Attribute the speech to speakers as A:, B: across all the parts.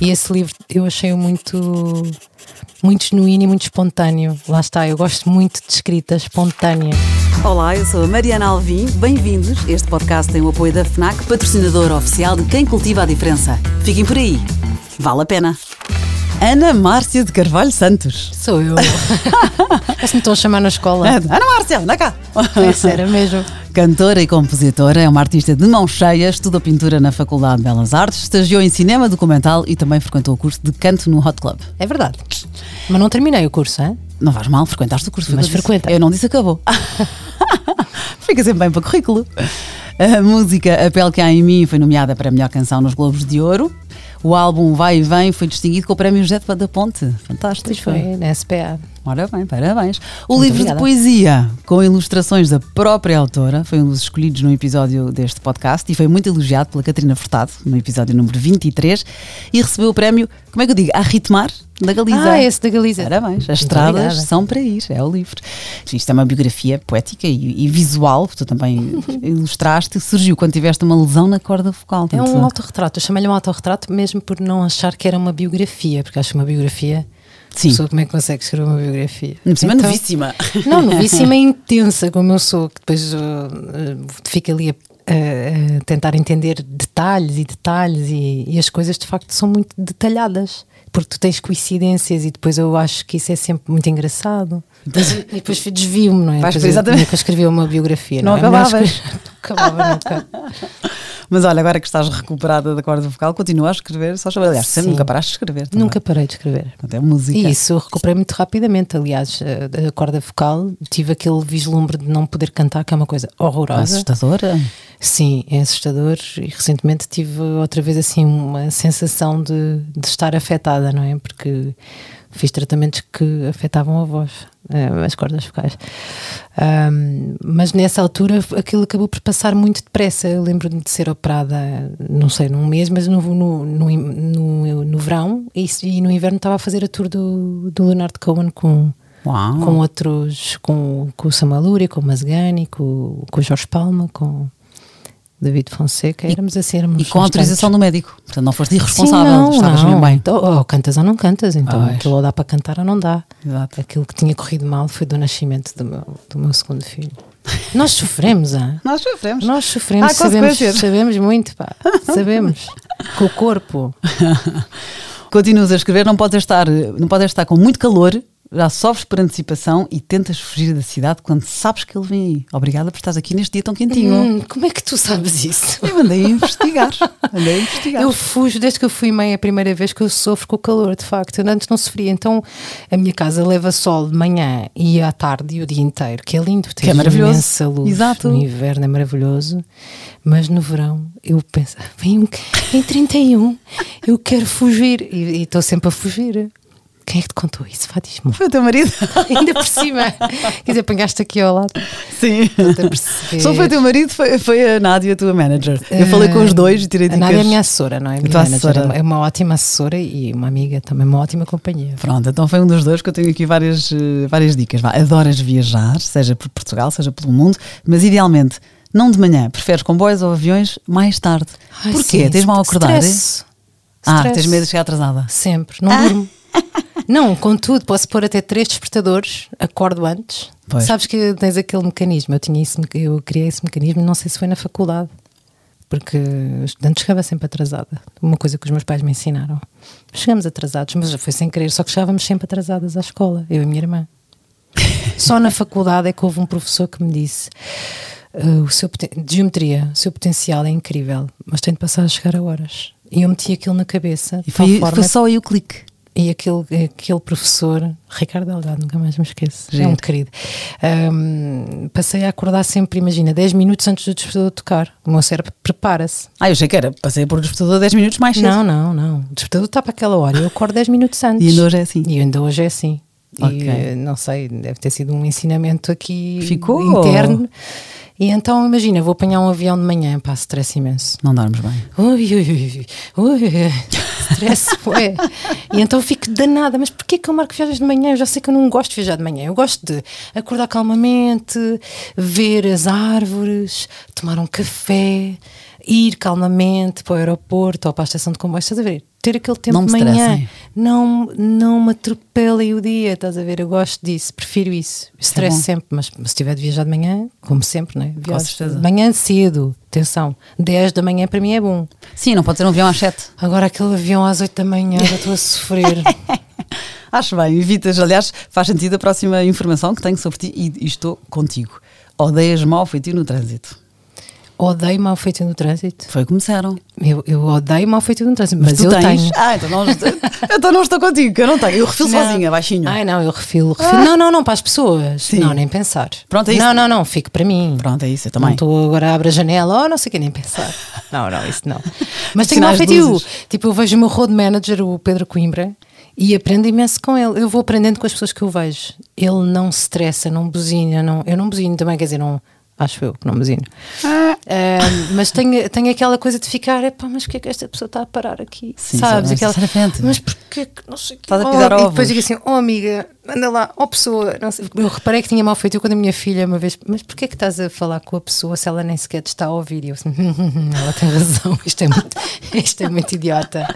A: E esse livro eu achei muito, muito genuíno e muito espontâneo. Lá está, eu gosto muito de escrita espontânea.
B: Olá, eu sou a Mariana Alvim. Bem-vindos. Este podcast tem o apoio da FNAC, patrocinador oficial de Quem Cultiva a Diferença. Fiquem por aí. Vale a pena. Ana Márcia de Carvalho Santos.
A: Sou eu. Parece que me estão a chamar na escola.
B: Ana Márcia, anda cá.
A: É sério mesmo.
B: Cantora e compositora, é uma artista de mão cheia, estudou pintura na Faculdade de Belas Artes, estagiou em cinema documental e também frequentou o curso de canto no Hot Club.
A: É verdade. Mas não terminei o curso, é?
B: Não vais mal, frequentaste o curso. foi o
A: Mas
B: que eu disse.
A: frequenta.
B: Eu não disse acabou. Fica sempre bem para o currículo. A música A Pele Que Há Em Mim foi nomeada para a melhor canção nos Globos de Ouro. O álbum Vai e Vem foi distinguido com o prémio José de da Ponte. Fantástico.
A: Pois foi, na SPA.
B: Ora bem, parabéns. O livro
A: obrigada.
B: de poesia, com ilustrações da própria autora, foi um dos escolhidos num episódio deste podcast e foi muito elogiado pela Catarina Furtado, no episódio número 23, e recebeu o prémio, como é que eu digo, a ritmar da Galiza.
A: Ah, esse da Galiza.
B: Parabéns, as
A: Muito
B: estradas
A: obrigada.
B: são para ir, é o livro. Isto é uma biografia poética e, e visual, que tu também ilustraste, surgiu quando tiveste uma lesão na corda vocal.
A: É
B: tanto-
A: um autorretrato. Eu chamei-lhe um autorretrato mesmo por não achar que era uma biografia, porque acho que uma biografia.
B: Sim.
A: A pessoa como é que consegue escrever uma biografia? Então,
B: Por cima, novíssima.
A: Não, novíssima é intensa, como eu sou, que depois uh, uh, fica ali a, a- a tentar entender detalhes e detalhes e, e as coisas de facto são muito detalhadas. Porque tu tens coincidências e depois eu acho que isso é sempre muito engraçado. Depois- e depois desvio-me, não é? Depois
B: Vais para
A: eu,
B: exatamente-
A: Nunca escrevi uma biografia.
B: Não
A: é? Melhor
B: acabavas.
A: escrever- Não acabava nunca.
B: Mas olha, agora que estás recuperada da corda vocal, continua a escrever, só chama. Aliás, sempre
A: Sim.
B: nunca paraste de escrever. também.
A: Nunca parei de escrever.
B: Até música.
A: E isso eu recuperei muito rapidamente. Aliás, a, a corda vocal, tive aquele vislumbre de não poder cantar, que é uma coisa horrorosa.
B: Assustadora.
A: Sim, é assustador. E recentemente tive outra vez assim uma sensação de, de estar afetada, não é? Porque fiz tratamentos que afetavam a voz, eh, as cordas vocais. Ahm, mas nessa altura aquilo acabou por passar muito depressa. Eu lembro-me de ser operada, não sei, num mês, mas no, no, no, in- no, no verão e, isso- e no inverno estava a fazer a tour do, do Leonardo Cohen com
B: Uau.
A: com outros, com, com o Samaluri, com o Masgani, com, com o Jorge Palma, com o David Fonseca, éramos assim, éramos
B: E com a
A: bastantes.
B: autorização do médico. Portanto, não foste irresponsável,
A: Sim, não,
B: estavas
A: não.
B: mesmo bem. Ah,
A: Então, ou cantas ou não cantas, então
B: Pois.
A: aquilo ou dá para cantar ou não dá.
B: Exato.
A: Aquilo que tinha corrido mal foi do nascimento do meu, do meu segundo filho. Nós sofremos, ah?
B: Nós sofremos.
A: Nós sofremos,
B: Há
A: sabemos,
B: consequências.
A: sabemos muito, pá. Sabemos. Com o corpo.
B: Continuas a escrever, não podes estar, não podes estar com muito calor, já sofres por antecipação e tentas fugir da cidade quando sabes que ele vem aí. Obrigada por estás aqui neste dia tão quentinho.
A: Hum, como é que tu sabes isso?
B: Eu andei a investigar. Andei a investigar.
A: Eu fujo desde que eu fui mãe, é a primeira vez que eu sofro com o calor, de facto. Eu antes não sofria, então a minha casa leva sol de manhã e à tarde e o dia inteiro, que é lindo, tens
B: é maravilhoso.
A: imensa luz.
B: Exato.
A: No inverno é maravilhoso, mas no verão eu penso, "Ah, vem, um, vem 31, eu quero fugir e e estou sempre a fugir. Quem é que te contou isso? Fatismo.
B: Foi o teu marido?
A: Ainda por cima. Quer dizer, apanhaste aqui ao lado.
B: Sim.
A: a perceber.
B: Só foi o teu marido, foi, foi a Nádia, a tua manager. Eu falei com os dois e tirei
A: A Nádia é a
B: dicas.
A: minha assessora, não é? Minha
B: tua
A: manager.
B: assessora.
A: É uma ótima assessora e uma amiga também, uma ótima companhia.
B: Pronto, então foi um dos dois que eu tenho aqui várias, eh, várias dicas. Vá, adoras viajar, seja por Portugal, seja pelo mundo, mas idealmente não de manhã, preferes comboios ou aviões mais tarde.
A: Ai,
B: Porquê?
A: sim,
B: Tens mal a acordar? é?
A: stress.
B: Ah,
A: Stress.
B: tens medo de chegar atrasada.
A: Sempre, não durmo. Não, contudo, posso pôr até três despertadores, acordo antes.
B: Pois.
A: Sabes que tens aquele mecanismo, eu tinha isso, eu criei esse mecanismo, não sei se foi na faculdade, porque antes chegava sempre atrasada. Uma coisa que os meus pais me ensinaram. Chegamos atrasados, mas foi sem querer, só que chegávamos sempre atrasadas à escola, eu e minha irmã. Só na faculdade é que houve um professor que me disse: "Ah, o seu poten- de geometria, o seu potencial é incrível, mas tem de passar a chegar a horas. E eu meti aquilo na cabeça.
B: E
A: de tal
B: foi,
A: forma
B: foi só aí o clique.
A: e aquele, aquele professor, Ricardo Delgado, nunca mais me esqueço, é um
B: Giro.
A: querido. Ahm, passei a acordar sempre, imagina, 10 minutos antes do despertador tocar. O meu cérebro prepara-se.
B: Ah, eu achei que era, passei por o despertador 10 minutos mais cedo.
A: Não, não, não. O despertador está para aquela hora. Eu acordo 10 minutos antes.
B: E ainda hoje é assim.
A: E ainda hoje é assim.
B: Ok.
A: E eh, não sei, deve ter sido um ensinamento aqui
B: Ficou.
A: interno. E então, imagina, vou apanhar um avião de manhã, pá, stress imenso.
B: Não dormes bem.
A: Ui, ui, ui, ui, ui, stress, ué. E então eu fico danada, mas porquê que eu marco viagens de manhã? Eu já sei que eu não gosto de viajar de manhã. Eu gosto de acordar calmamente, ver as árvores, tomar um café, ir calmamente para o aeroporto ou para a estação de comboio. Estás a ver? ter aquele tempo
B: Não
A: de
B: me
A: manhã.
B: estressem.
A: Não, não me atropelem o dia, estás a ver? Eu gosto disso, prefiro isso. Estresse
B: é bom.
A: sempre, mas se tiver de viajar de manhã, como sempre, né? Viajo
B: certeza.
A: de manhã cedo, atenção, 10 da manhã para mim é bom.
B: Sim, não pode ser um avião às 7.
A: Agora aquele avião às 8 da manhã, já estou a sofrer.
B: Acho bem, evitas. Aliás, faz sentido a próxima informação que tenho sobre ti e, e estou contigo. Odeias mal feitio no trânsito.
A: Odeio mal feito no trânsito.
B: Foi começaram.
A: Eu, eu odeio mal feito no trânsito, mas
B: tu
A: eu
B: tens.
A: tenho.
B: Ah, então não, então não estou contigo, que eu não tenho. Eu refiro sozinha, baixinho. Ah.
A: Ai, não, eu refiro. refiro. Não, não, não, para as pessoas. Não, nem pensar.
B: Pronto, é isso.
A: Não, não, não, fico para mim.
B: Pronto, é isso, eu
A: Não
B: também.
A: estou agora, abro a janela, oh, não sei o que, nem pensar. Não, não, isso não. Mas tenho
B: Sinais
A: mal
B: de
A: feitio.
B: luzes.
A: Tipo, eu vejo o meu road manager, o Pedro Coimbra, e aprendo imenso com ele. Eu vou aprendendo com as pessoas que eu vejo. Ele não se estressa, não buzina, não, eu não buzino também, quer dizer, não, acho eu que não buzino. Ahm, mas tenho, tenho aquela coisa de ficar, epá, mas porquê é que esta pessoa está a parar aqui?
B: Sim,
A: Sabes?
B: sim,
A: Aquela,
B: sinceramente.
A: mas porquê que não sei o quê?
B: Estás a pisar
A: e
B: ovos.
A: depois digo assim, oh amiga, anda lá, oh pessoa. Não sei. Eu reparei que tinha mal feito eu quando a minha filha uma vez, mas porquê é que estás a falar com a pessoa se ela nem sequer te está a ouvir? E eu assim, ela tem razão, isto é muito, isto é muito idiota.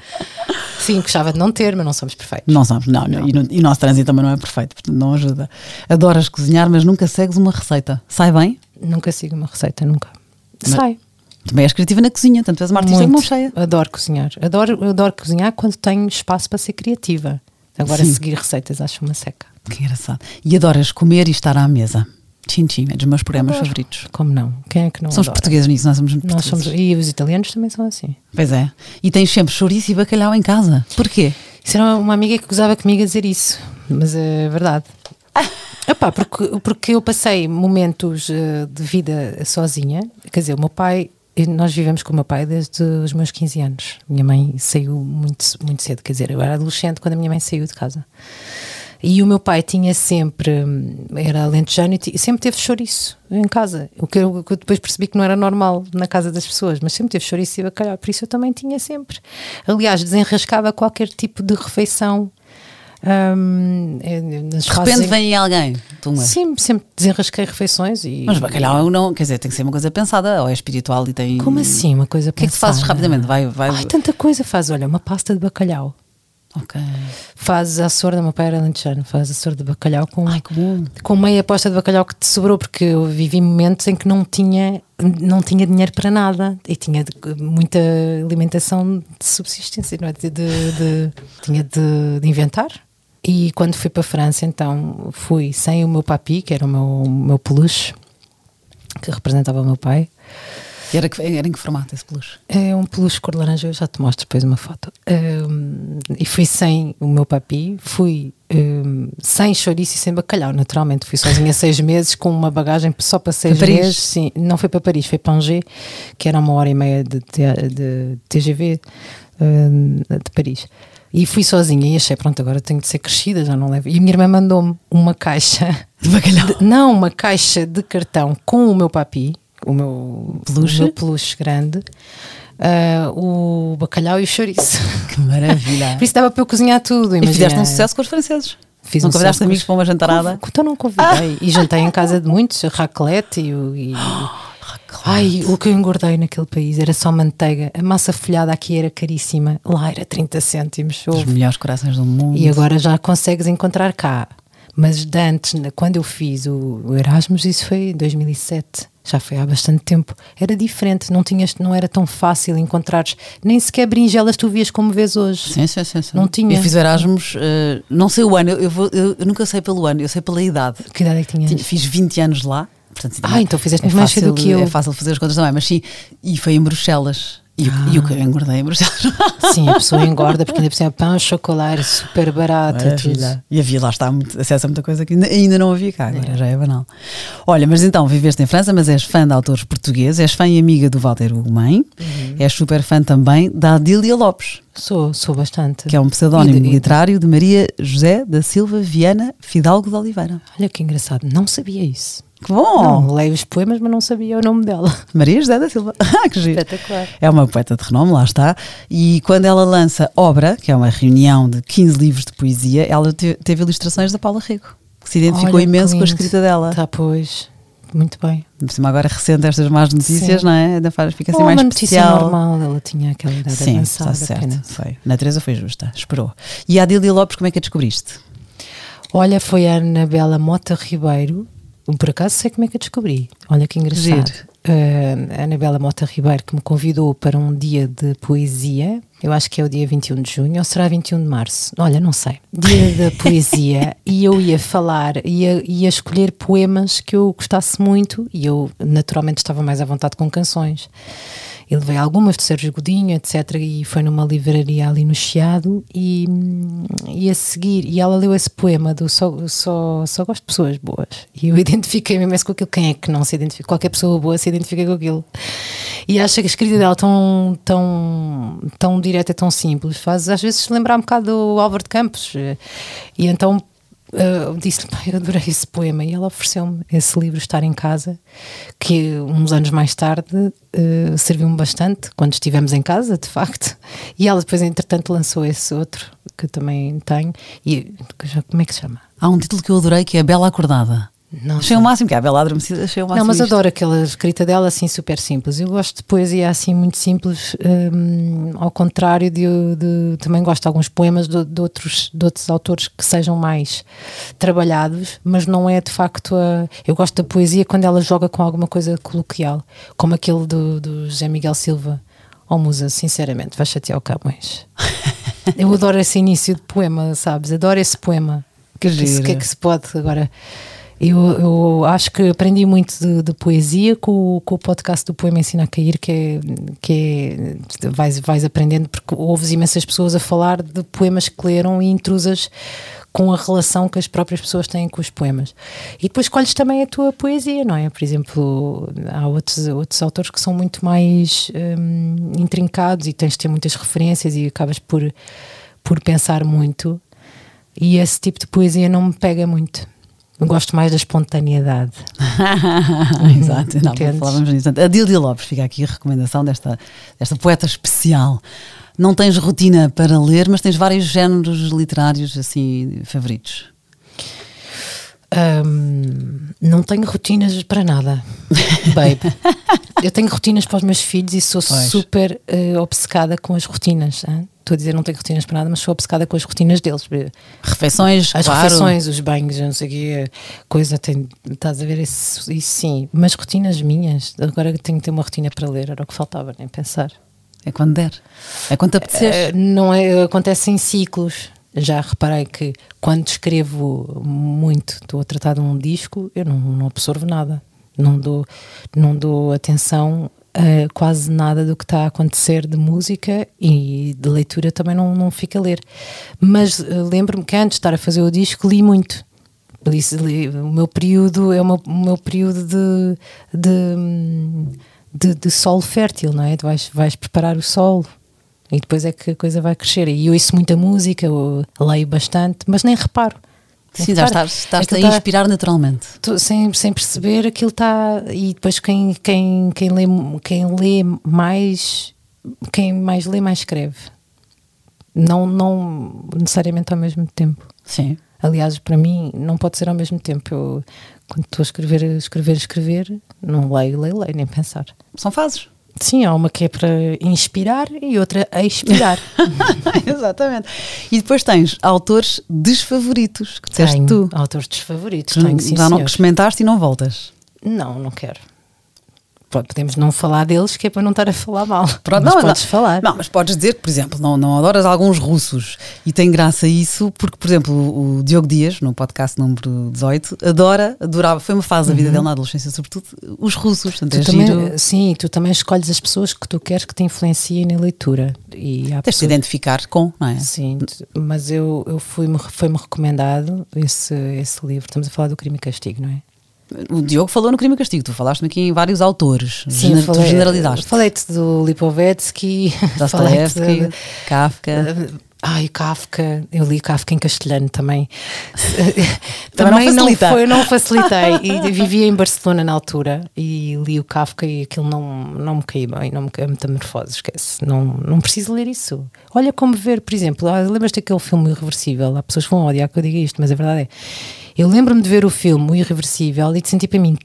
A: Sim, gostava de não ter, mas não somos perfeitos.
B: Não sabes, não, não. E, no- e o nosso trânsito também não é perfeito, portanto não ajuda. Adoras cozinhar, mas nunca segues uma receita. Sai bem?
A: Nunca sigo uma receita, nunca. Sai.
B: Também és criativa na cozinha, tanto és uma artista de mão cheia.
A: Adoro cozinhar. Adoro, adoro cozinhar quando tenho espaço para ser criativa. Agora,
B: Sim.
A: seguir receitas acho uma seca.
B: Que engraçado. E adoras comer e estar à mesa. Tchim, tchim, é dos meus programas favoritos.
A: Como não? Quem é que não
B: São os
A: adora?
B: portugueses nisso, nós somos
A: Nós somos,
B: portugueses.
A: e os italianos também são assim.
B: Pois é. E tens sempre chouriço e bacalhau em casa. Porquê?
A: Isso era uma amiga que gozava comigo a dizer isso, mas é verdade. Epá, porque, porque eu passei momentos eh, de vida sozinha, quer dizer, o meu pai, eh, nós vivemos com o meu pai desde os meus 15 anos. Minha mãe saiu muito, muito cedo, quer dizer, eu era adolescente quando a minha mãe saiu de casa. E o meu pai tinha sempre, hum, era alentejano e ti- sempre teve chouriço em casa, o que eu, que eu depois percebi que não era normal na casa das pessoas, mas sempre teve chouriço e bacalhau, por isso eu também tinha sempre. Aliás, desenrascava qualquer tipo de refeição. hum, eh, nas
B: De repente
A: fases em-
B: vem alguém. Tumba.
A: Sim, sempre desenrasquei refeições e.
B: Mas bacalhau é um não, quer dizer, tem que ser uma coisa pensada, ou é espiritual e tem.
A: Como assim? Uma coisa
B: O que é que tu fazes rapidamente? Vai, vai.
A: Ai, tanta coisa faz. Olha, uma pasta de bacalhau.
B: Ok.
A: Faz a sorda, meu pai era lentejano, faz a sorda de bacalhau com,
B: Ai, que bom.
A: com meia aposta de bacalhau que te sobrou, porque eu vivi momentos em que não tinha, não tinha dinheiro para nada e tinha de- muita alimentação de subsistência, não é? De, de- de- tinha de, de inventar. E quando fui para a França, então fui sem o meu papi, que era o meu, meu peluche, que representava o meu pai.
B: E Era, que- era em que formato esse peluche?
A: É um peluche cor de laranja, eu já te mostro depois uma foto. Hum, e fui sem o meu papi, fui hum, sem chouriço e sem bacalhau, naturalmente. Fui sozinha seis meses, com uma bagagem só para seis
B: Paris?
A: meses. Sim, não foi para Paris, foi para Angers, que era uma hora e meia de, T- de TGV hum, de Paris. E fui sozinha e achei, pronto, agora tenho de ser crescida, já não levo. E a minha irmã mandou-me uma caixa
B: De bacalhau.
A: de- não, uma caixa de cartão com o meu papi, o meu
B: Peluche?
A: o meu peluche grande, ah, o bacalhau e o chouriço.
B: Que maravilha.
A: Por isso dava para eu cozinhar tudo.
B: e
A: Imagina.
B: fizeste um sucesso com os franceses.
A: Fiz
B: não
A: um
B: convidaste
A: sucesso
B: amigos para uma jantarada?
A: Conv- Então não convidei. E jantei em casa de muitos, a raclette e. o- e- Ai, o que eu engordei naquele país era só manteiga. A massa folhada aqui era caríssima. Lá era 30 cêntimos.
B: Os
A: Houve
B: melhores corações do mundo.
A: E agora já consegues encontrar cá. Mas de antes, na- quando eu fiz o o Erasmus, isso foi em 2007, já foi há bastante tempo, era diferente, não, tinhas, não era tão fácil encontrares, nem sequer berinjelas tu vias como vês hoje.
B: Sim, sim, sim, sim.
A: Não tinha.
B: Eu fiz o Erasmus, eh, não sei o ano, eu, eu vou- eu- eu nunca sei pelo ano, eu sei pela idade.
A: Que idade é que tinhas?
B: Tinha- fiz 20 anos lá. Portanto, sim,
A: Ah,
B: também
A: então fizeste muito mais
B: fácil-
A: cedo que eu.
B: É fácil fazer as contas também, mas sim. E foi em Bruxelas. E, o- e o que eu engordei em Bruxelas.
A: Sim, a pessoa engorda porque ainda por cima é pão, chocolate, super barato, é tudo.
B: Maravilha. E havia lá está muito, acesso a muita coisa que ainda, ainda não havia cá, agora já é banal. Olha, mas então viveste em França, mas és fã de autores portugueses, és fã e amiga do Walter Ugumem,
A: Uhum.
B: és super fã também da Adília Lopes,
A: Sou, sou bastante.
B: que é um pseudónimo
A: E de- e-
B: literário de Maria José da Silva Viana Fidalgo de Oliveira.
A: Olha que engraçado, não sabia isso.
B: Que bom!
A: Não, leio os poemas, mas não sabia o nome dela.
B: Maria José da Silva. Ah, que giro.
A: Espetacular.
B: É uma poeta de renome, lá está. E quando ela lança Obra, que é uma reunião de 15 livros de poesia, ela te- teve ilustrações da Paula Rego, que se identificou
A: Olha que
B: imenso com a
A: lindo.
B: escrita dela.
A: Tá, pois. muito bem.
B: Por cima agora recente estas más notícias,
A: Sim.
B: não é? Ainda faz, fica assim
A: Ou
B: mais
A: Oh, uma notícia
B: especial.
A: normal, ela tinha aquela idade
B: Sim,
A: avançada.
B: está certo.
A: apenas.
B: Foi. Na Teresa foi justa, esperou. E a Adília Lopes, como é que a descobriste?
A: Olha, foi a Anabela Mota Ribeiro. Por acaso sei como é que eu descobri. Olha que engraçado.
B: Giro.
A: Eh, a Anabela Mota Ribeiro que me convidou para um dia de poesia. Eu acho que é o dia 21 de junho ou será 21 de março? Olha, não sei. Dia da poesia e eu ia falar, ia, ia escolher poemas que eu gostasse muito e eu naturalmente estava mais à vontade com canções. Eu levei algumas de Sérgio Godinho, etc. E foi numa livraria ali no Chiado. E, hum, e a seguir, e ela leu esse poema do Só, só, só Gosto de Pessoas Boas. E eu identifiquei-me imenso com aquilo. Quem é que não se identifica? Qualquer pessoa boa se identifica com aquilo. E acho que a escrita dela é tão, tão, tão direta, tão simples, faz às vezes lembrar um bocado do Álvaro de Campos. E então eu disse-lhe, "Pá, eu adorei esse poema e ela ofereceu-me esse livro Estar em Casa, que uns anos mais tarde eh, serviu-me bastante, quando estivemos em casa, de facto. E ela depois, entretanto, lançou esse outro, que eu também tenho, e que já- como é que se chama?
B: Há um título que eu adorei que é Bela Acordada.
A: Não,
B: Achei o máximo, que é a Bela Adormecida, achei o máximo.
A: não, mas
B: isto.
A: adoro aquela escrita dela assim super simples. Eu gosto de poesia assim muito simples, hum, ao contrário de, de- também gosto de alguns poemas de, de outros, de outros autores que sejam mais trabalhados, mas não é de facto a. Eu gosto da poesia quando ela joga com alguma coisa coloquial, como aquele do, do José Miguel Silva. Oh Musa, sinceramente, vais chatear o Camões. Eu adoro esse início de poema, sabes? Adoro esse poema.
B: Que
A: O que, se-
B: giro.
A: o que é que se pode agora? Eu, eu acho que aprendi muito de, de poesia com, o- com o podcast do Poema Ensina a Cair, que, é, que é, vais, vais aprendendo, porque ouves imensas pessoas a falar de poemas que leram e intrusas com a relação que as próprias pessoas têm com os poemas. E depois escolhes também a tua poesia, não é? Por exemplo, há outros, outros autores que são muito mais hum, intrincados e tens de ter muitas referências e acabas por, por pensar muito. E esse tipo de poesia não me pega muito. Eu gosto mais da espontaneidade.
B: Exato, não,
A: Entendes?
B: falávamos nisso. antes. Adília Lopes, fica aqui a recomendação desta, desta poeta especial. Não tens rotina para ler, mas tens vários géneros literários assim favoritos.
A: Ahm, não tenho rotinas para nada, babe. Eu tenho rotinas para os meus filhos e sou
B: Pois.
A: super eh, obcecada com as rotinas. hã? Estou a dizer não tenho rotinas para nada, mas sou obcecada com as rotinas deles.
B: Refeições,
A: As
B: claro.
A: refeições, os banhos, eu não sei o quê, coisa, tem, estás a ver isso, isso sim. Mas rotinas minhas, agora tenho que ter uma rotina para ler, era o que faltava, nem pensar.
B: É quando der. É quando te apetecer.
A: Eh, não é, acontece em ciclos. Já reparei que quando escrevo muito, estou a tratar de um disco, eu não, não absorvo nada. Não dou, não dou atenção a quase nada do que está a acontecer de música e de leitura também não, não fica a ler. Mas eh, lembro-me que antes de estar a fazer o disco, li muito. Por isso, li- o meu período é o meu, o meu período de, de, de, de solo fértil, não é? Tu vais, vais preparar o solo e depois é que a coisa vai crescer. E eu ouço muita música, eu leio bastante, mas nem reparo. Nem
B: Sim, já
A: reparo.
B: estás, estás
A: Aquilo
B: a
A: tá-
B: inspirar naturalmente.
A: Tô sem, sem perceber aquilo está e depois quem, quem, quem, lê, quem lê mais quem mais lê mais escreve não, não necessariamente ao mesmo tempo
B: Sim.
A: aliás para mim não pode ser ao mesmo tempo eu quando estou a escrever, a escrever, a escrever não leio, leio, leio, nem pensar
B: São fases.
A: sim, há uma que é para inspirar e outra a expirar
B: Exatamente. E depois tens autores desfavoritos, que disseste
A: Tenho
B: tu.
A: autores desfavoritos
B: Tu
A: tenho, sim,
B: já não
A: senhor.
B: experimentaste e não voltas.
A: Não, não quero. Pode- Podemos não falar deles, que é para não estar a falar mal.
B: Pronto,
A: mas
B: não,
A: podes
B: não.
A: falar.
B: Não, mas podes dizer que, por exemplo, não, não adoras alguns russos. E tem graça isso, porque, por exemplo, o, o Diogo Dias, no podcast número 18, adora, adorava, foi uma fase da vida dele na adolescência, sobretudo, os russos. Portanto,
A: Uhum. Tu
B: é
A: também-
B: giro.
A: sim, tu também escolhes as pessoas que tu queres que te influenciem na leitura. E há
B: Tens de se
A: pessoas-
B: identificar com, não é?
A: Sim, tu- mas eu, eu fui-me, foi-me recomendado esse, esse livro. Estamos a falar do crime e castigo, não é?
B: O Diogo falou no Crime e Castigo, tu falaste aqui em vários autores,
A: Sim,
B: Gener-
A: falei-
B: tu generalizaste.
A: Falei-te do Lipovetsky, falei-te
B: Dostoevsky,
A: de-
B: Kafka.
A: Ai, Kafka, eu li Kafka em castelhano também.
B: Também não facilita.
A: foi, não facilitei. E vivia em Barcelona na altura e li o Kafka e aquilo não, não me caiu bem, não me caiu, a metamorfose, esquece. Não, não preciso ler isso. Olha como ver, por exemplo, ah, lembras-te daquele filme Irreversível? Há pessoas que vão odiar que eu diga isto, mas a verdade é. Eu lembro-me de ver o filme O Irreversível e de sentir para mim,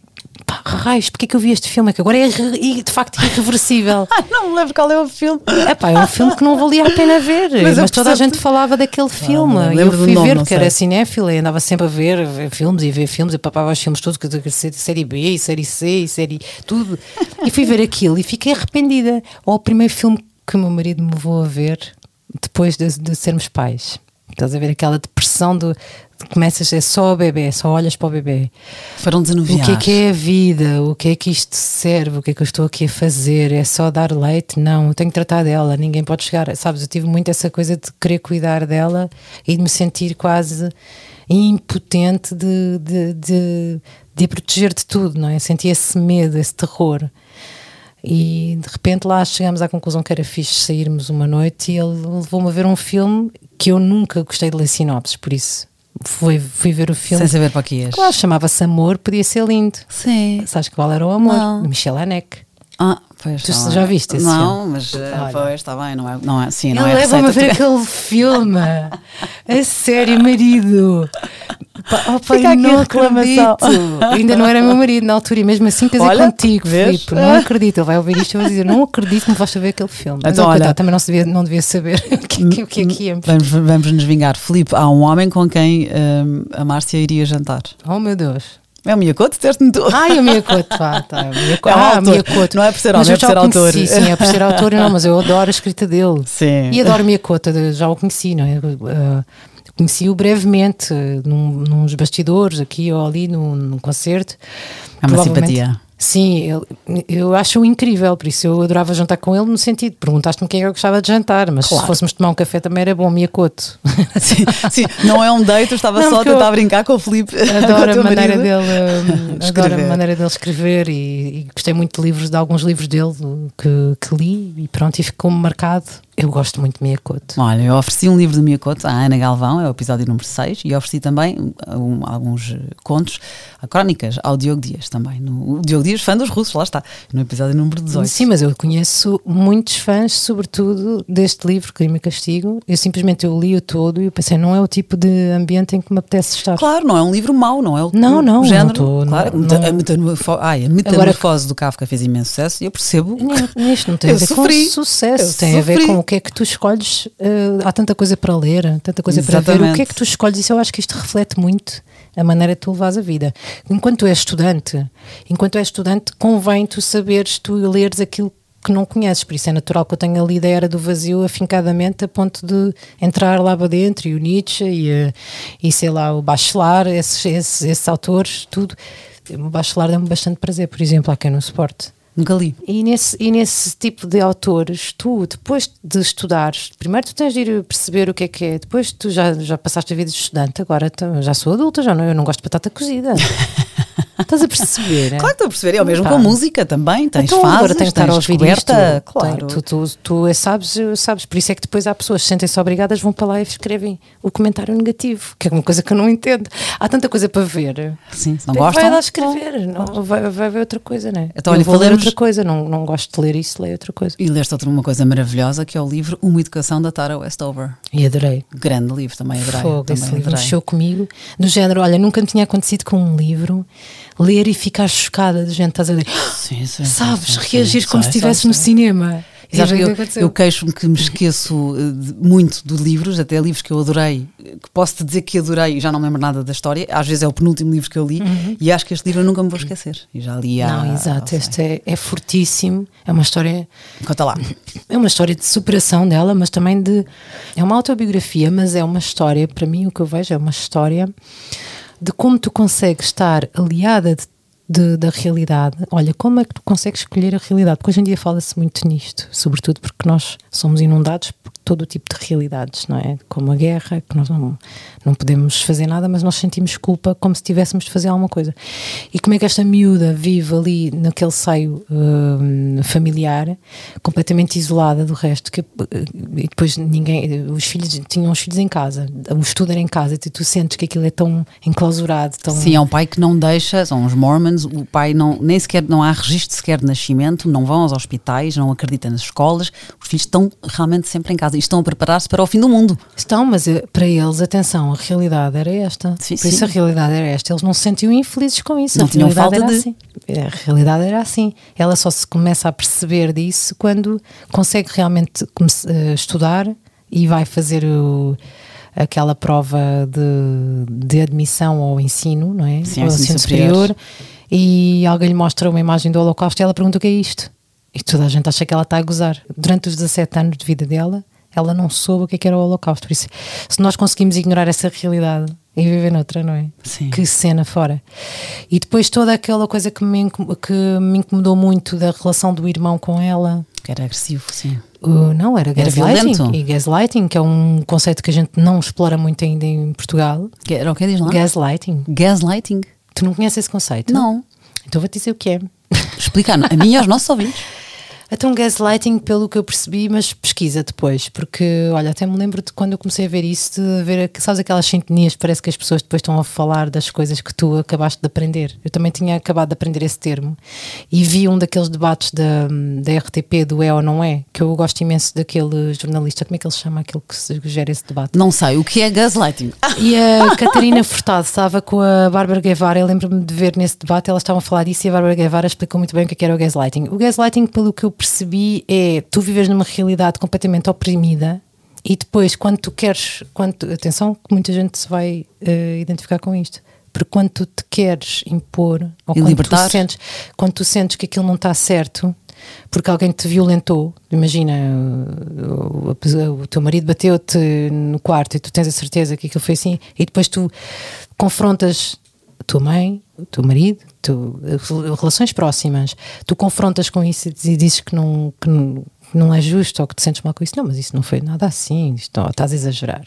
A: pá, raios, porque é que eu vi este filme? É que agora é irre- e, de facto irreversível.
B: Ai, não me lembro qual é o filme.
A: Epá, é um filme que não valia a pena ver,
B: Mas
A: mas,
B: eu
A: toda a
B: percebo- Ah,
A: gente falava daquele filme.
B: não me
A: e eu
B: lembro do
A: fui
B: nome,
A: ver,
B: não
A: porque era
B: sei.
A: cinéfila e andava sempre a ver, a ver filmes e ver filmes e papava os filmes todos, que- que- sé- série B, e série C, e série tudo. E fui ver aquilo e fiquei arrependida. Ou o primeiro filme que o meu marido me levou a ver depois de, de sermos pais. Estás a ver aquela depressão do. de Começas, é só o bebê, só olhas para o bebê.
B: Foram
A: O
B: desanuviados.
A: que é que é a vida? O que é que isto serve? O que é que eu estou aqui a fazer? É só dar leite? Não, eu tenho que tratar dela, ninguém pode chegar. Sabes, eu tive muito essa coisa de querer cuidar dela e de me sentir quase impotente de, de, de, de a proteger de tudo, não é? Sentia esse medo, esse terror. E de repente lá chegámos à conclusão que era fixe sairmos uma noite e ele levou-me a ver um filme que eu nunca gostei de ler sinopses, por isso fui, fui ver o filme.
B: Sem saber para o que és.
A: Claro, chamava-se Amor, podia ser lindo.
B: Sim.
A: Sabes qual era o amor?
B: Não.
A: Michel Haneck.
B: Ah, pois.
A: Tu
B: tá bem.
A: já viste esse
B: Não, mas eh,
A: Olha.
B: pois, está bem, não é, não é, sim, não
A: Ele
B: é
A: leva-me a ver
B: receita.
A: aquele filme. A sério, marido. Pá, oh, pá,
B: Fica
A: eu
B: aqui
A: não
B: a reclamação.
A: acredito. Ainda não era meu marido na altura e mesmo assim casei
B: Olha,
A: contigo,
B: vês? Ah.
A: Filipe. Não acredito. Ele vai ouvir isto e vai dizer: Não acredito que me vais saber aquele filme. Mas
B: Então,
A: oh,
B: olha-
A: coitado, também não, se devia, não devia saber o que, que, o que é que íamos.
B: Vamos, vamos nos vingar. Filipe, há um homem com quem hum, a Márcia iria jantar.
A: Oh meu Deus.
B: É o Miyakoto, disseste-me tu.
A: Ai, o Miyakoto, ah, tá, o Miyakoto.
B: É um
A: ah,
B: autor.
A: Miyakoto.
B: Não é por ser
A: Mas
B: homem,
A: eu
B: é por
A: já
B: ser
A: o conheci,
B: autor.
A: Sim, é por ser autor, não, mas eu adoro a escrita dele.
B: Sim.
A: E adoro Miyakoto, de- já o conheci, não é? Eu, eh, Conheci-o brevemente, eh, num, nos bastidores, aqui ou ali, num, num concerto.
B: É uma
A: Provavelmente-
B: simpatia.
A: Sim, ele- eu acho-o incrível, por isso eu adorava jantar com ele, no sentido, perguntaste-me quem é que eu gostava de jantar, mas
B: Claro.
A: se fôssemos tomar um café também era bom, Miyakoto.
B: Sim, sim, não é um date, eu estava
A: Não,
B: só a
A: porque eu
B: tentar brincar com o Filipe.
A: Adoro
B: com
A: a
B: o teu
A: maneira
B: marido.
A: dele hum, adoro a
B: Escrever.
A: maneira dele escrever e, e gostei muito de livros de alguns livros dele que, que li e pronto, e ficou-me marcado. Eu gosto muito de Miyakoto.
B: Olha, eu ofereci um livro de Miyakoto à Ana Galvão, é o episódio número 6, e ofereci também um- alguns eh, contos, a crónicas, ao Diogo Dias também. No, o Diogo Dias, fã dos russos, lá está, no episódio número 18.
A: Sim, mas eu conheço muitos fãs, sobretudo deste livro, Crime e Castigo. Eu simplesmente eu li-o todo e eu pensei, não é o tipo de ambiente em que me apetece estar.
B: Claro, não é um livro mau, não é o,
A: Não,
B: o
A: não,
B: género.
A: não tô-
B: claro,
A: não-
B: meta-
A: não-
B: a metamorfo- ai, a metamorfose do Kafka fez imenso sucesso e eu percebo.
A: Nem- Isto não tem
B: Eu
A: a ver
B: sofri.
A: com sucesso,
B: Eu
A: tem a ver
B: sofri.
A: com o que é que tu escolhes. eh, há tanta coisa para ler, há tanta coisa para ver.
B: Exatamente.
A: O que é que tu escolhes? Isso eu acho que isto reflete muito a maneira que tu levas a vida. Enquanto tu és estudante, enquanto és estudante, convém tu saberes, tu leres aquilo que não conheces, por isso é natural que eu tenha lido a Era do Vazio afincadamente a ponto de entrar lá para dentro, e o Nietzsche e, eh, e sei lá, o Bachelar, esses, esses, esses autores, tudo. O Bachelar dá-me bastante prazer, por exemplo, há quem não suporte.
B: Nunca li.
A: E nesse, e nesse tipo de autores, tu, depois de estudares, primeiro tu tens de ir perceber o que é que é, depois tu já, já passaste a vida de estudante, agora tu- já sou adulta, já não, eu não gosto de batata cozida. Estás a perceber? é?
B: Claro que estou a perceber, é o mesmo
A: Tá.
B: com música também, tens
A: então,
B: fases,
A: agora tenho que estar
B: tens
A: a ouvir
B: descoberta,
A: isto.
B: claro.
A: Tem- Tu, tu, tu é- sabes, eu- sabes, por isso é que depois há pessoas que se sentem-se obrigadas, vão para lá e escrevem o comentário negativo, que é uma coisa que eu não entendo. Há tanta coisa para ver.
B: Sim, se não
A: Tem- Vai lá
B: gostam,
A: escrever, não, vai, vai ver outra coisa, né?
B: Então,
A: Eu
B: olha,
A: vou ler
B: falemos-
A: outra coisa, não, não gosto de ler isso, leio outra coisa.
B: E leste outra uma coisa maravilhosa que é o livro Uma Educação da Tara Westover.
A: E adorei.
B: Grande livro, também adorei.
A: Fogo,
B: também
A: esse livro
B: adorei.
A: mexeu comigo. Do género, olha, nunca me tinha acontecido com um livro ler e ficar chocada de gente, estás a dizer,
B: Sim, sim,
A: sabes,
B: sim, sim,
A: reagir
B: sim.
A: como
B: Sei,
A: se estivesse
B: sei,
A: no
B: sei.
A: cinema. E
B: Sabes
A: foi
B: que
A: é o que
B: eu,
A: aconteceu.
B: eu queixo-me que me esqueço eh, de- muito de livros, até livros que eu adorei, que posso te dizer que adorei e já não me lembro nada da história. Às vezes é o penúltimo livro que eu li e acho que este livro eu nunca me vou esquecer. E já li há.
A: Uhum. Não, exato,
B: sei.
A: este é, é fortíssimo, é uma história
B: Conta lá.
A: É uma história de superação dela, mas também de. É uma autobiografia, mas é uma história, para mim, o que eu vejo é uma história de como tu consegues estar aliada de- de- da realidade. Olha, como é que tu consegues escolher a realidade? Porque hoje em dia fala-se muito nisto, sobretudo porque nós somos inundados por todo o tipo de realidades, não é? Como a guerra, que nós não, não podemos fazer nada, mas nós sentimos culpa como se tivéssemos de fazer alguma coisa. E como é que esta miúda vive ali naquele seio hum, familiar, completamente isolada do resto, que, eh, e depois ninguém, os filhos, tinham os filhos em casa, o estudo era em casa, e tu sentes que aquilo é tão enclausurado, tão...
B: Sim, é um pai que não deixa, são os Mormons, o pai não, nem sequer não há registro sequer de nascimento, não vão aos hospitais, não acredita nas escolas, os filhos estão realmente sempre em casa. e estão a preparar-se para o fim do mundo.
A: Estão, mas eh, para eles, atenção, a realidade era esta.
B: Sim,
A: Por isso
B: sim.
A: a realidade era esta. Eles não se sentiam infelizes com isso.
B: Não
A: a
B: tinham
A: realidade
B: falta
A: era
B: de.
A: assim. É, A realidade era assim. Ela só se começa a perceber disso quando consegue realmente comece- eh, estudar e vai fazer o- aquela prova de, de admissão ao ensino, não é?
B: Sim,
A: ao
B: ao ensino
A: ensino
B: superior.
A: superior. E alguém lhe mostra uma imagem do Holocausto e ela pergunta o que é isto. E toda a gente acha que ela está a gozar. Durante os 17 anos de vida dela, ela não soube o que, é que era o Holocausto. Por isso, se nós conseguimos ignorar essa realidade e viver noutra, não é?
B: Sim.
A: Que cena fora. E depois toda aquela coisa que me, incom- que me incomodou muito da relação do irmão com ela.
B: Que era agressivo, sim.
A: Uh, não, era
B: Era
A: gaslighting.
B: violento.
A: e gaslighting, que é um conceito que a gente não explora muito ainda em Portugal.
B: Que era o que diz lá?
A: Gaslighting.
B: Gaslighting?
A: Tu não conheces esse conceito?
B: Ah. Não.
A: Então vou-te dizer o que é.
B: Explicar a mim e aos nossos ouvintes.
A: Até um gaslighting, pelo que eu percebi, mas pesquisa depois, porque olha, até me lembro de quando eu comecei a ver isso, de ver, aqu- sabes aquelas sintonias, parece que as pessoas depois estão a falar das coisas que tu acabaste de aprender. Eu também tinha acabado de aprender esse termo e vi um daqueles debates da, da RTP do É ou Não É, que eu gosto imenso daquele jornalista, como é que ele se chama, aquele que se- que gera esse debate?
B: Não sei o que é gaslighting.
A: E a Catarina Furtado estava com a Bárbara Guevara, eu lembro-me de ver nesse debate, elas estavam a falar disso e a Bárbara Guevara explicou muito bem o que é que era o gaslighting. O gaslighting, pelo que eu percebi, é tu vives numa realidade completamente oprimida e depois, quando tu queres, quando tu- atenção, que muita gente se vai eh, identificar com isto, porque quando tu te queres impor ou
B: E
A: quando
B: libertar.
A: tu sentes, quando tu sentes que aquilo não está certo. Porque alguém te violentou, imagina, o- o, o teu marido bateu-te no quarto e tu tens a certeza que aquilo foi assim, e depois tu confrontas a tua mãe, o teu marido, tu, relações próximas, tu confrontas com isso e diz- e dizes que não, que não, que não é justo ou que te sentes mal com isso. Não, mas isso não foi nada assim, isto, ó, estás a exagerar.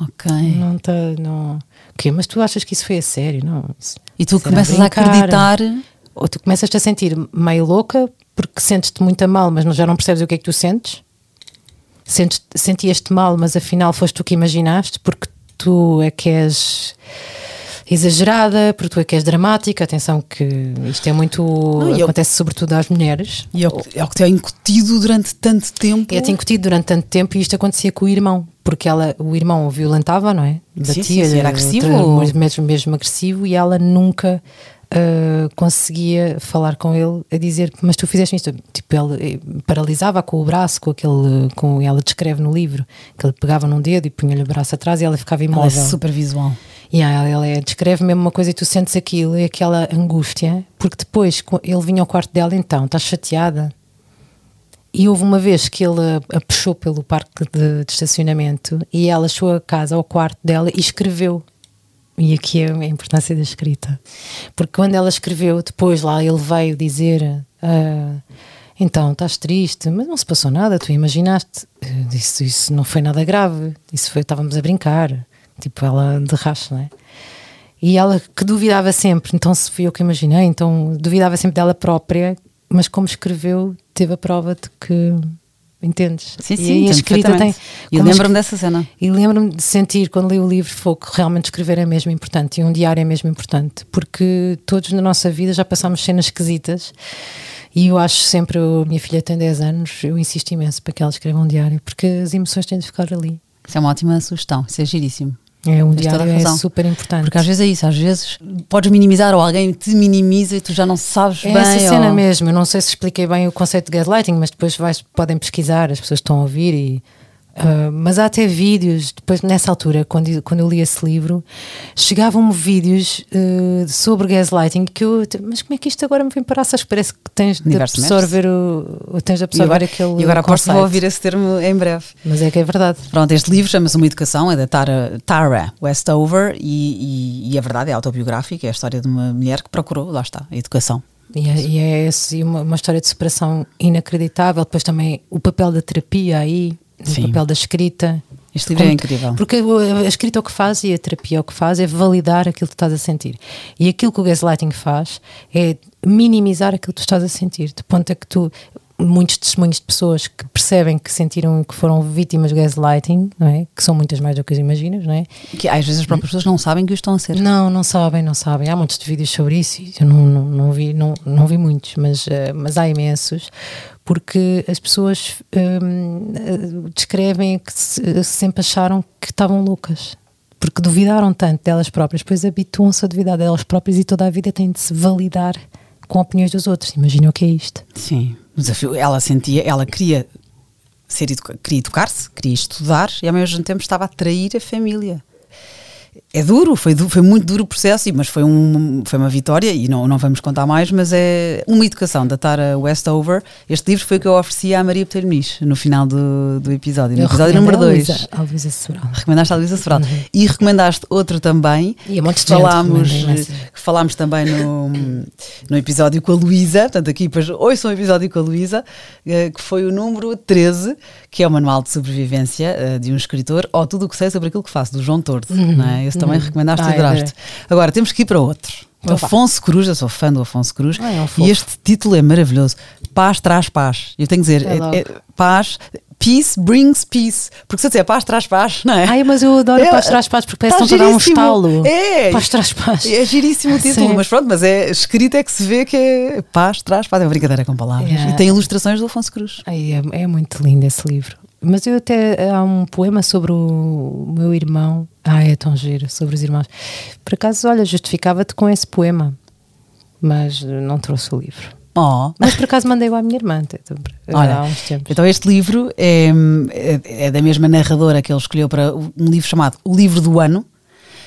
B: Ok.
A: Não tá, não. O quê? Mas tu achas que isso foi a sério? Não. isso-
B: E tu
A: isso era
B: começas a
A: brincar.
B: acreditar.
A: Ou tu começas-te a sentir meio louca porque sentes-te muito a mal, mas não- já não percebes o que é que tu sentes? Sentes- Sentias-te mal, mas afinal foste tu que imaginaste porque tu é que és exagerada, porque tu é que és dramática. Atenção, que isto é muito.
B: e eu-
A: acontece sobretudo às mulheres.
B: E é o, que, é o que te é incutido durante tanto tempo.
A: É te incutido durante tanto tempo e isto acontecia com o irmão, porque ela, o irmão o violentava, não é?
B: Sim, sim, sim, era agressivo.
A: outra- Mesmo, mesmo agressivo, e ela nunca ah, conseguia falar com ele a dizer, mas tu fizeste isto. Tipo, ele eh, paralisava com o braço, com aquele, com, ela descreve no livro, que ele pegava num dedo e punha-lhe o braço atrás e ela ficava
B: Ela é
A: imóvel.
B: super visual.
A: E ela, ela é- descreve mesmo uma coisa e tu sentes aquilo e aquela angústia, porque depois co- ele vinha ao quarto dela, então, estás chateada? E houve uma vez que ele a, a puxou pelo parque de, de estacionamento e ela chegou a casa, ao quarto dela e escreveu. E aqui é a importância da escrita. Porque quando ela escreveu, depois lá ele veio dizer: ah, Então, estás triste, mas não se passou nada, tu imaginaste. Eu disse, isso não foi nada grave, isso foi, estávamos a brincar. Tipo, ela derracha, não é? E ela que duvidava sempre, então se fui eu que imaginei, então duvidava sempre dela própria, mas como escreveu, teve a prova de que. Entendes?
B: Sim,
A: e aí
B: sim,
A: a escrita tem.
B: E
A: como
B: lembro-me dessa cena.
A: e lembro-me de sentir, quando li o livro, foi que realmente escrever é mesmo importante e um diário é mesmo importante, porque todos na nossa vida já passámos cenas esquisitas e eu acho sempre, a minha filha tem 10 anos, eu insisto imenso para que ela escreva um diário, porque as emoções têm de ficar ali.
B: Isso é uma ótima sugestão. Isso é giríssimo.
A: É um
B: Tens toda
A: diário
B: a
A: é
B: razão.
A: super importante.
B: Porque às vezes é isso, às vezes podes minimizar ou alguém te minimiza e tu já não sabes
A: é
B: bem.
A: essa cena
B: ou-
A: mesmo, eu não sei se expliquei bem o conceito de gaslighting, mas depois vais, podem pesquisar, as pessoas estão a ouvir e... ah, mas há até vídeos, depois nessa altura, quando, quando eu li esse livro, chegavam-me vídeos ah, sobre gaslighting que eu. Mas como é que isto agora me vem parar? Sabes que parece que tens de
B: Universo
A: absorver o. Tens de
B: E
A: absorver
B: agora,
A: aquele.
B: e agora aposto que
A: conceito.
B: vou ouvir esse termo em breve.
A: Mas é que é verdade.
B: Pronto, este livro chama-se Uma Educação, é da Tara, Tara Westover e, e, e a verdade é autobiográfica, é a história de uma mulher que procurou, lá está, a educação.
A: E é, e é esse- e uma, uma história de superação inacreditável. Depois também o papel da terapia aí,
B: Sim.
A: o papel da escrita.
B: Este livro é
A: Como-
B: incrível.
A: Porque a a escrita o que faz e a terapia o que faz é validar aquilo que tu estás a sentir. E aquilo que o gaslighting faz é minimizar aquilo que tu estás a sentir, de ponto a que tu. Muitos testemunhos de pessoas que percebem que sentiram que foram vítimas de gaslighting, não é? Que são muitas mais do que as imaginas, não é?
B: Que às vezes as próprias pessoas não sabem que o estão a ser.
A: Não, não sabem, não sabem. Há muitos de vídeos sobre isso e eu não, não, não vi, não, não vi muitos, mas, eh, mas há imensos. porque as pessoas hum, descrevem que se- eh, sempre acharam que estavam loucas. Porque duvidaram tanto delas próprias, depois habituam-se a duvidar delas próprias e toda a vida têm de se validar com opiniões dos outros. Imagina o que é isto.
B: Sim, o desafio. Ela sentia, ela queria ser educa- queria educar-se, queria estudar e ao mesmo tempo estava a trair a família. É duro, foi, du- foi muito duro o processo, e- mas foi, um- foi uma vitória e não, não vamos contar mais, mas é uma educação da Tara Westover. Este livro foi o que eu ofereci à Maria Petermis no final do, do episódio, no
A: Eu
B: episódio
A: recomendo
B: número
A: a
B: 2.
A: Luísa- a Luísa Sobral.
B: Recomendaste a Luísa Sobral. E recomendaste outro também.
A: Uhum. E a monte de
B: que
A: gente
B: falámos,
A: recomenda imenso.
B: que falámos também no, no episódio com a Luísa. Portanto, aqui depois ouçam o episódio com a Luísa, eh, que foi o número 13, que é o Manual de Sobrevivência eh, de um escritor, ou Tudo o que sei sobre aquilo que faço, do João Tordo. Não é? Esse também recomendaste
A: Ah,
B: e adoraste.
A: Uhum. adorei.
B: Agora, temos que ir para outro.
A: Então vá.
B: Afonso Cruz, eu sou fã do Afonso Cruz,
A: Ah, é um fofo.
B: e este título é maravilhoso. Paz traz paz. Eu tenho que dizer,
A: É
B: é-
A: logo.
B: é- paz, peace brings peace. Porque se eu disser paz traz paz, não é?
A: Ai, mas eu adoro
B: É,
A: Paz Trás Paz, porque parece que
B: tá
A: estão a dar um
B: giríssimo.
A: estalo.
B: É.
A: Paz Trás Paz.
B: É giríssimo o título,
A: Sim.
B: mas pronto, mas é escrito é que se vê que é paz, traz, paz, é uma brincadeira com palavras.
A: É.
B: E tem ilustrações do Afonso Cruz.
A: Ai, é, é muito lindo esse livro. Mas eu até. Há um poema sobre o meu irmão. Ai, é tão giro, sobre os irmãos. Por acaso, olha, justificava-te com esse poema, mas eh, não trouxe o livro.
B: Oh.
A: Mas por acaso mandei-o à minha irmã até, eh,
B: Olha,
A: há uns tempos.
B: então este livro é, é- é da mesma narradora que ele escolheu para um livro chamado O Livro do Ano,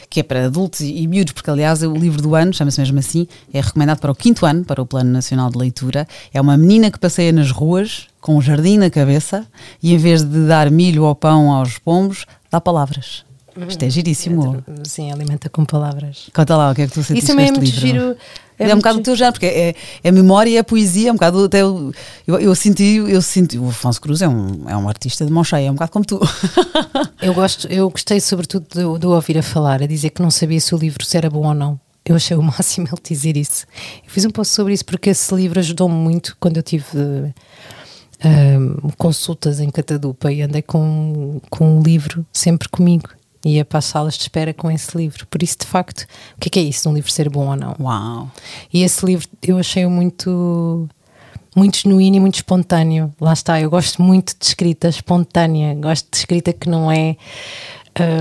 B: que é para adultos e, e miúdos, porque aliás o Livro do Ano, chama-se mesmo assim, é recomendado para o quinto ano, para o Plano Nacional de Leitura. É uma menina que passeia nas ruas com um jardim na cabeça e em vez de dar milho ou pão aos pombos, dá palavras. Isto é giríssimo.
A: Sim, alimenta com palavras.
B: Conta lá o que é que tu sentiste
A: Isso também é
B: neste
A: muito
B: livro.
A: giro.
B: É, um bocado do teu género, porque é, é memória e é poesia, é um bocado até. o- Eu, eu senti, eu senti. O Afonso Cruz é um, é um artista de mão cheia, é um bocado como tu.
A: Eu, gosto, eu gostei sobretudo de, de o ouvir a falar, a dizer que não sabia se o livro se era bom ou não. Eu achei o máximo ele dizer isso. Eu fiz um post sobre isso porque esse livro ajudou-me muito quando eu tive eh, ahm, consultas em Catadupa e andei com, com um livro sempre comigo. Ia para as salas de espera com esse livro. Por isso, de facto, o que é que é isso? Um livro ser bom ou não?
B: Uau!
A: E esse livro eu achei muito muito genuíno e muito espontâneo. Lá está, eu gosto muito de escrita espontânea, gosto de escrita que não é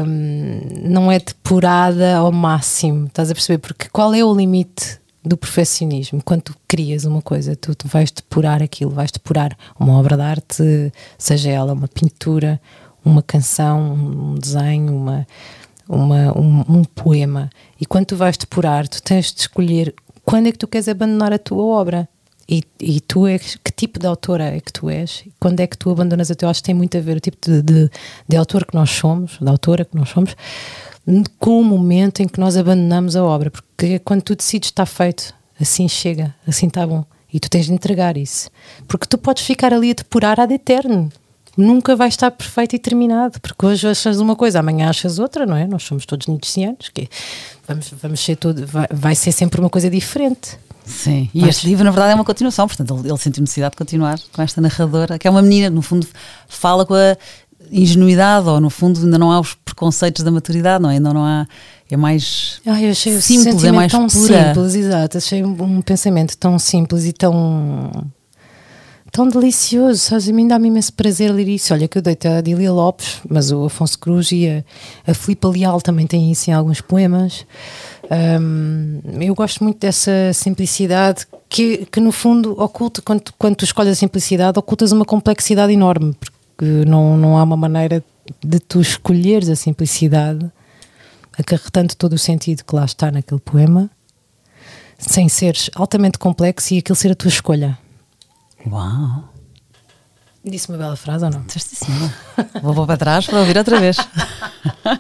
A: hum, não é depurada ao máximo. Estás a perceber? Porque qual é o limite do perfeccionismo? Quando tu crias uma coisa, tu, tu vais depurar aquilo, vais depurar uma obra de arte, seja ela uma pintura, uma canção, um desenho, uma uma, um, um poema e quando tu vais depurar, tu tens de escolher quando é que tu queres abandonar a tua obra e, e tu és, que tipo de autora é que tu és, e quando é que tu abandonas a tua, acho que tem muito a ver o tipo de, de, de autor que nós somos, da autora que nós somos, com o momento em que nós abandonamos a obra, porque é quando tu decides está feito, assim chega, assim está bom, e tu tens de entregar isso, porque tu podes ficar ali a depurar ad eterno, nunca vai estar perfeito e terminado, porque hoje achas uma coisa, amanhã achas outra, não é? Nós somos todos niticianos, que vamos, vamos ser todo, vai, vai ser sempre uma coisa diferente.
B: Sim, e
A: Mas-
B: este livro na verdade é uma continuação, portanto ele, ele sentiu necessidade de continuar com esta narradora, que é uma menina, no fundo fala com a ingenuidade, ou no fundo ainda não há os preconceitos da maturidade, não é? Ainda não há. É mais.
A: Ai, Ah, eu achei o
B: Simples, é
A: sentimento
B: mais
A: tão
B: pura.
A: simples, exato. Achei um, um pensamento tão simples e tão tão delicioso. Sabes, a mim dá-me imenso prazer ler isso. Olha que eu deito a Adília Lopes, mas o Afonso Cruz e a, a Filipa Leal também têm isso em alguns poemas. Hum, eu gosto muito dessa simplicidade que, que no fundo oculta, quando, tu- quando tu escolhes a simplicidade, ocultas uma complexidade enorme, porque não, não há uma maneira de tu escolheres a simplicidade acarretando todo o sentido que lá está naquele poema, sem seres altamente complexo e aquilo ser a tua escolha.
B: Uau!
A: Disse uma bela frase ou não?
B: Disseste sim, não? Vou, vou para trás para ouvir outra vez.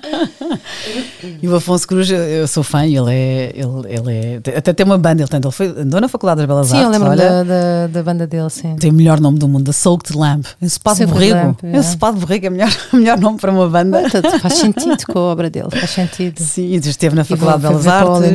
B: e o Afonso Cruz, eu, eu sou fã, ele é, ele, ele é. Até tem uma banda, ele, tem, ele foi, andou na Faculdade das Belas
A: Sim,
B: Artes.
A: eu lembro
B: olha,
A: da, da, da banda dele, sim.
B: Tem o melhor nome do mundo, da Soaked Lamp. um Ensopado de
A: Soaked
B: borrego.
A: Lamp, é.
B: Ensopado de borrego é o melhor, o melhor nome para uma banda.
A: Portanto, faz sentido com a obra dele, faz sentido.
B: Sim, esteve na
A: E vou
B: Faculdade de Belas
A: fazer para o
B: Artes.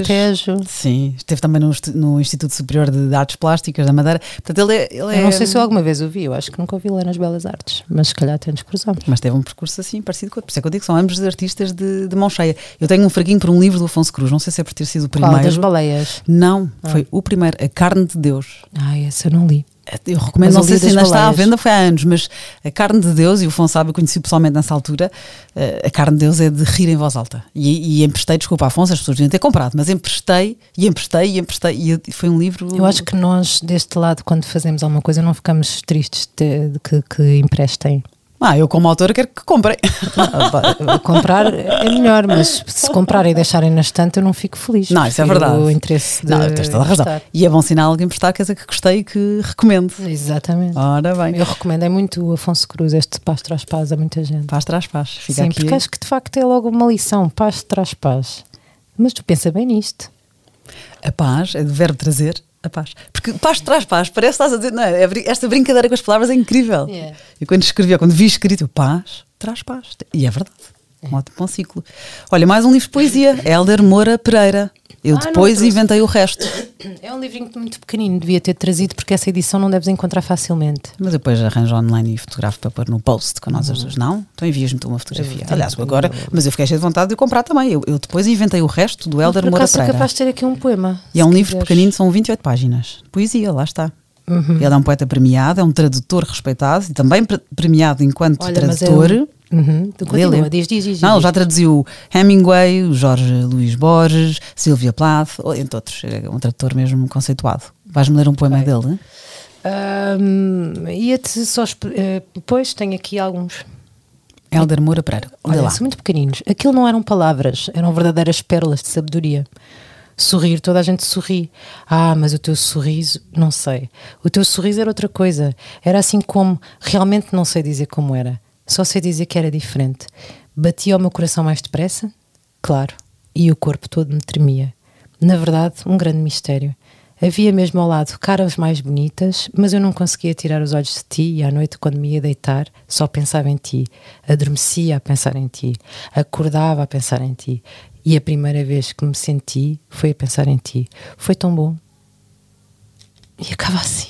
A: Alentejo.
B: Sim, esteve também no, Insti- no Instituto Superior de Artes Plásticas da Madeira. Portanto, ele é. ele
A: Eu
B: é-
A: não sei se eu alguma vez o vi, eu acho que nunca ouvi ler nas Belas Artes, mas se calhar até nos cruzamos.
B: Mas teve um percurso assim parecido com outro. Por isso é que eu digo que são ambos artistas de, de mão cheia. Eu tenho um fraguinho por um livro do Afonso Cruz, não sei se é por ter sido o
A: Qual Ah.
B: primeiro.
A: das baleias?
B: Não, foi o primeiro, A Carne de Deus.
A: Ah, essa eu não li.
B: Eu recomendo,
A: Mas
B: não
A: o Dia
B: sei se
A: das
B: ainda está à
A: Baleias.
B: venda, foi há anos, mas a carne de Deus, e o Fon sabe, eu conheci pessoalmente nessa altura, eh, a carne de Deus é de rir em voz alta. E, e emprestei, desculpa, Afonso, as pessoas deviam ter comprado, mas emprestei, e emprestei, e emprestei, e eu- e foi um livro.
A: Eu acho que nós, deste lado, quando fazemos alguma coisa, não ficamos tristes de, de que, que emprestem.
B: Ah, eu como autora quero que comprem.
A: Ah, Comprar é melhor, mas se comprarem e deixarem na estante, eu não fico feliz.
B: Não, isso é
A: Prefiro
B: verdade.
A: O interesse de
B: Não, tens toda a razão.
A: emprestar.
B: E é bom sinal alguém emprestar, quer dizer que gostei e que recomendo.
A: Exatamente.
B: Ora Ah, bem,
A: Eu recomendo, é muito o Afonso Cruz, este paz traz paz a muita gente.
B: paz traz paz. Fica
A: Sim,
B: aqui.
A: porque acho que de facto é logo uma lição, paz traz paz. Mas tu pensa bem nisto.
B: A paz, é do verbo trazer, a paz. Porque paz traz paz, parece que estás a dizer, não é? É brin- Esta brincadeira com as palavras é incrível.
A: É.
B: E quando escrevi, ou quando vi escrito, eu, paz traz paz. E é verdade. Um ótimo bom ciclo. Olha, mais um livro de poesia, Hélder Moura Pereira. Eu
A: Ah, não
B: depois
A: trouxe.
B: inventei o resto.
A: É um livrinho muito pequenino, devia ter trazido, porque essa edição não deves encontrar facilmente.
B: Mas eu depois arranjo online e fotografo para pôr no post com nós as duas, não? Então envias-me tu uma fotografia. Aliás, eu agora, mas eu fiquei cheia de vontade de comprar também. Eu, eu depois inventei o resto do Hélder
A: Por
B: Moura
A: acaso sou
B: Pereira.
A: capaz de ter aqui um poema.
B: E é um
A: se
B: livro
A: quiseres. Uhum.
B: pequenino, são 28 páginas. Poesia, lá está. Ele é um poeta premiado, é um tradutor respeitado e também pre- premiado enquanto
A: Olha, mas é um-
B: tradutor.
A: Uhum, tu
B: Lê, lê.
A: continua, diz, diz, diz.
B: Não, ele
A: diz.
B: já traduziu Hemingway, o Jorge Luís Borges, Silvia Plath, ou- entre outros. É um tradutor mesmo conceituado. Vais-me ler um poema dele?
A: Ahm, Ia-te só. exp- eh, Pois, tenho aqui alguns.
B: Helder Moura Pereira. Olha
A: Olha,
B: lá.
A: são muito pequeninos. Aquilo não eram palavras, eram verdadeiras pérolas de sabedoria. Sorrir, toda a gente sorri. Ah, mas o teu sorriso, não sei. O teu sorriso era outra coisa. Era assim como, realmente não sei dizer como era. Só sei dizer que era diferente. Batia o meu coração mais depressa? Claro. E o corpo todo me tremia. Na verdade, um grande mistério. Havia mesmo ao lado caras mais bonitas, mas eu não conseguia tirar os olhos de ti e à noite, quando me ia deitar, só pensava em ti. Adormecia a pensar em ti, acordava a pensar em ti. E a primeira vez que me senti foi a pensar em ti. Foi tão bom. E acaba assim.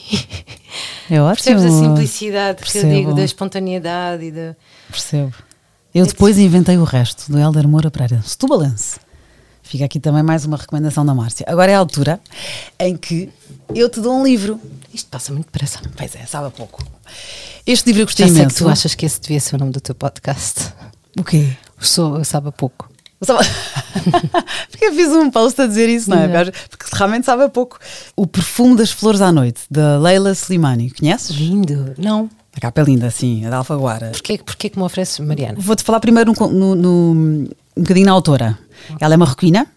B: É ótimo.
A: Percebes a simplicidade que eu
B: Percebo.
A: digo, da espontaneidade e da.
B: Percebo.
A: É
B: Eu depois inventei o resto do Helder Moura Pereira, Setubalense. Fica aqui também mais uma recomendação da Márcia. Agora é a altura em que eu te dou um livro.
A: Isto passa muito depressa.
B: Pois é, sabe a pouco. Este livro eu
A: Já
B: gostei
A: sei que
B: imenso.
A: tu achas que esse devia ser o nome do teu podcast.
B: O quê?
A: Sou, sabe a pouco.
B: Sabe- Porque eu fiz um post a dizer isso, não é?
A: Não.
B: Porque realmente sabe a pouco. O Perfume das Flores à Noite, da Leila Slimani.
A: Uhum.
B: Conheces?
A: Lindo. Não.
B: A capa é linda, sim, a da Alfaguara.
A: Porquê, porquê que me ofereces, Mariana?
B: Vou-te falar primeiro no, no- no- um bocadinho na autora. Ela é marroquina,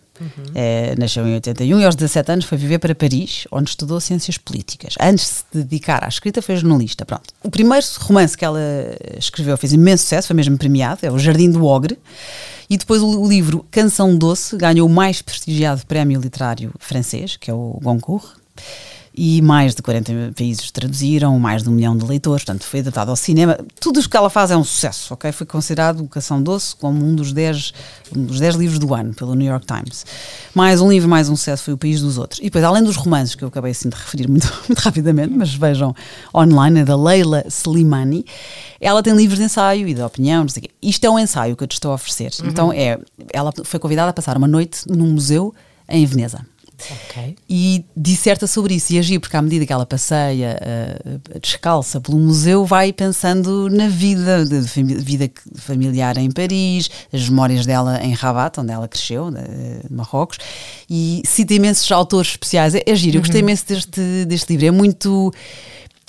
B: eh, nasceu em 81 e aos 17 anos foi viver para Paris, onde estudou ciências políticas. Antes de se dedicar à escrita, foi jornalista. Pronto. O primeiro romance que ela escreveu fez imenso sucesso, foi mesmo premiado, é O Jardim do Ogre. E depois o o livro Canção Doce ganhou o mais prestigiado prémio literário francês, que é o Goncourt e mais de 40 países traduziram, mais de um milhão de leitores, portanto foi adaptado ao cinema. Tudo o que ela faz é um sucesso, ok? Foi considerado o Cação Doce como um dos 10, um dos 10 livros do ano pelo New York Times. Mais um livro, mais um sucesso foi O País dos Outros. E depois, além dos romances que eu acabei assim de referir muito, muito rapidamente, mas vejam online, é da Leila Slimani, ela tem livros de ensaio e de opinião, não sei o quê. Isto é um ensaio que eu te estou a oferecer. Então é, ela foi convidada a passar uma noite num museu em Veneza
A: Ok.
B: e disserta sobre isso e agir, porque à medida que ela passeia ah, descalça pelo museu, vai pensando na vida, de fami- vida que- familiar em Paris, as memórias dela em Rabat, onde ela cresceu, de, de Marrocos, e cita imensos autores especiais. É, é giro, eu gostei
A: Uhum.
B: imenso deste, deste livro, é muito.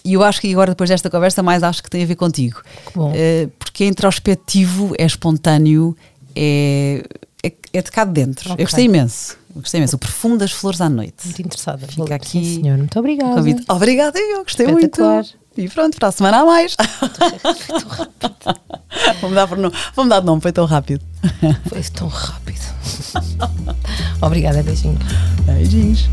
B: E eu acho que agora, depois desta conversa, mais acho que tem a ver contigo.
A: bom.
B: Ah, porque é introspectivo, é espontâneo, é, é, é de cá de dentro. Eu
A: Ok.
B: gostei imenso. Eu Gostei imenso. O perfume das flores à noite.
A: Muito interessada.
B: Fica
A: Sim,
B: aqui
A: senhor. Muito obrigada.
B: Convido. Obrigada, eu gostei muito.
A: Espetacular.
B: E pronto, para a semana há mais. vou, mudar por nome. vou mudar de nome, foi tão rápido.
A: Foi tão rápido. obrigada, beijinho.
B: Beijinhos.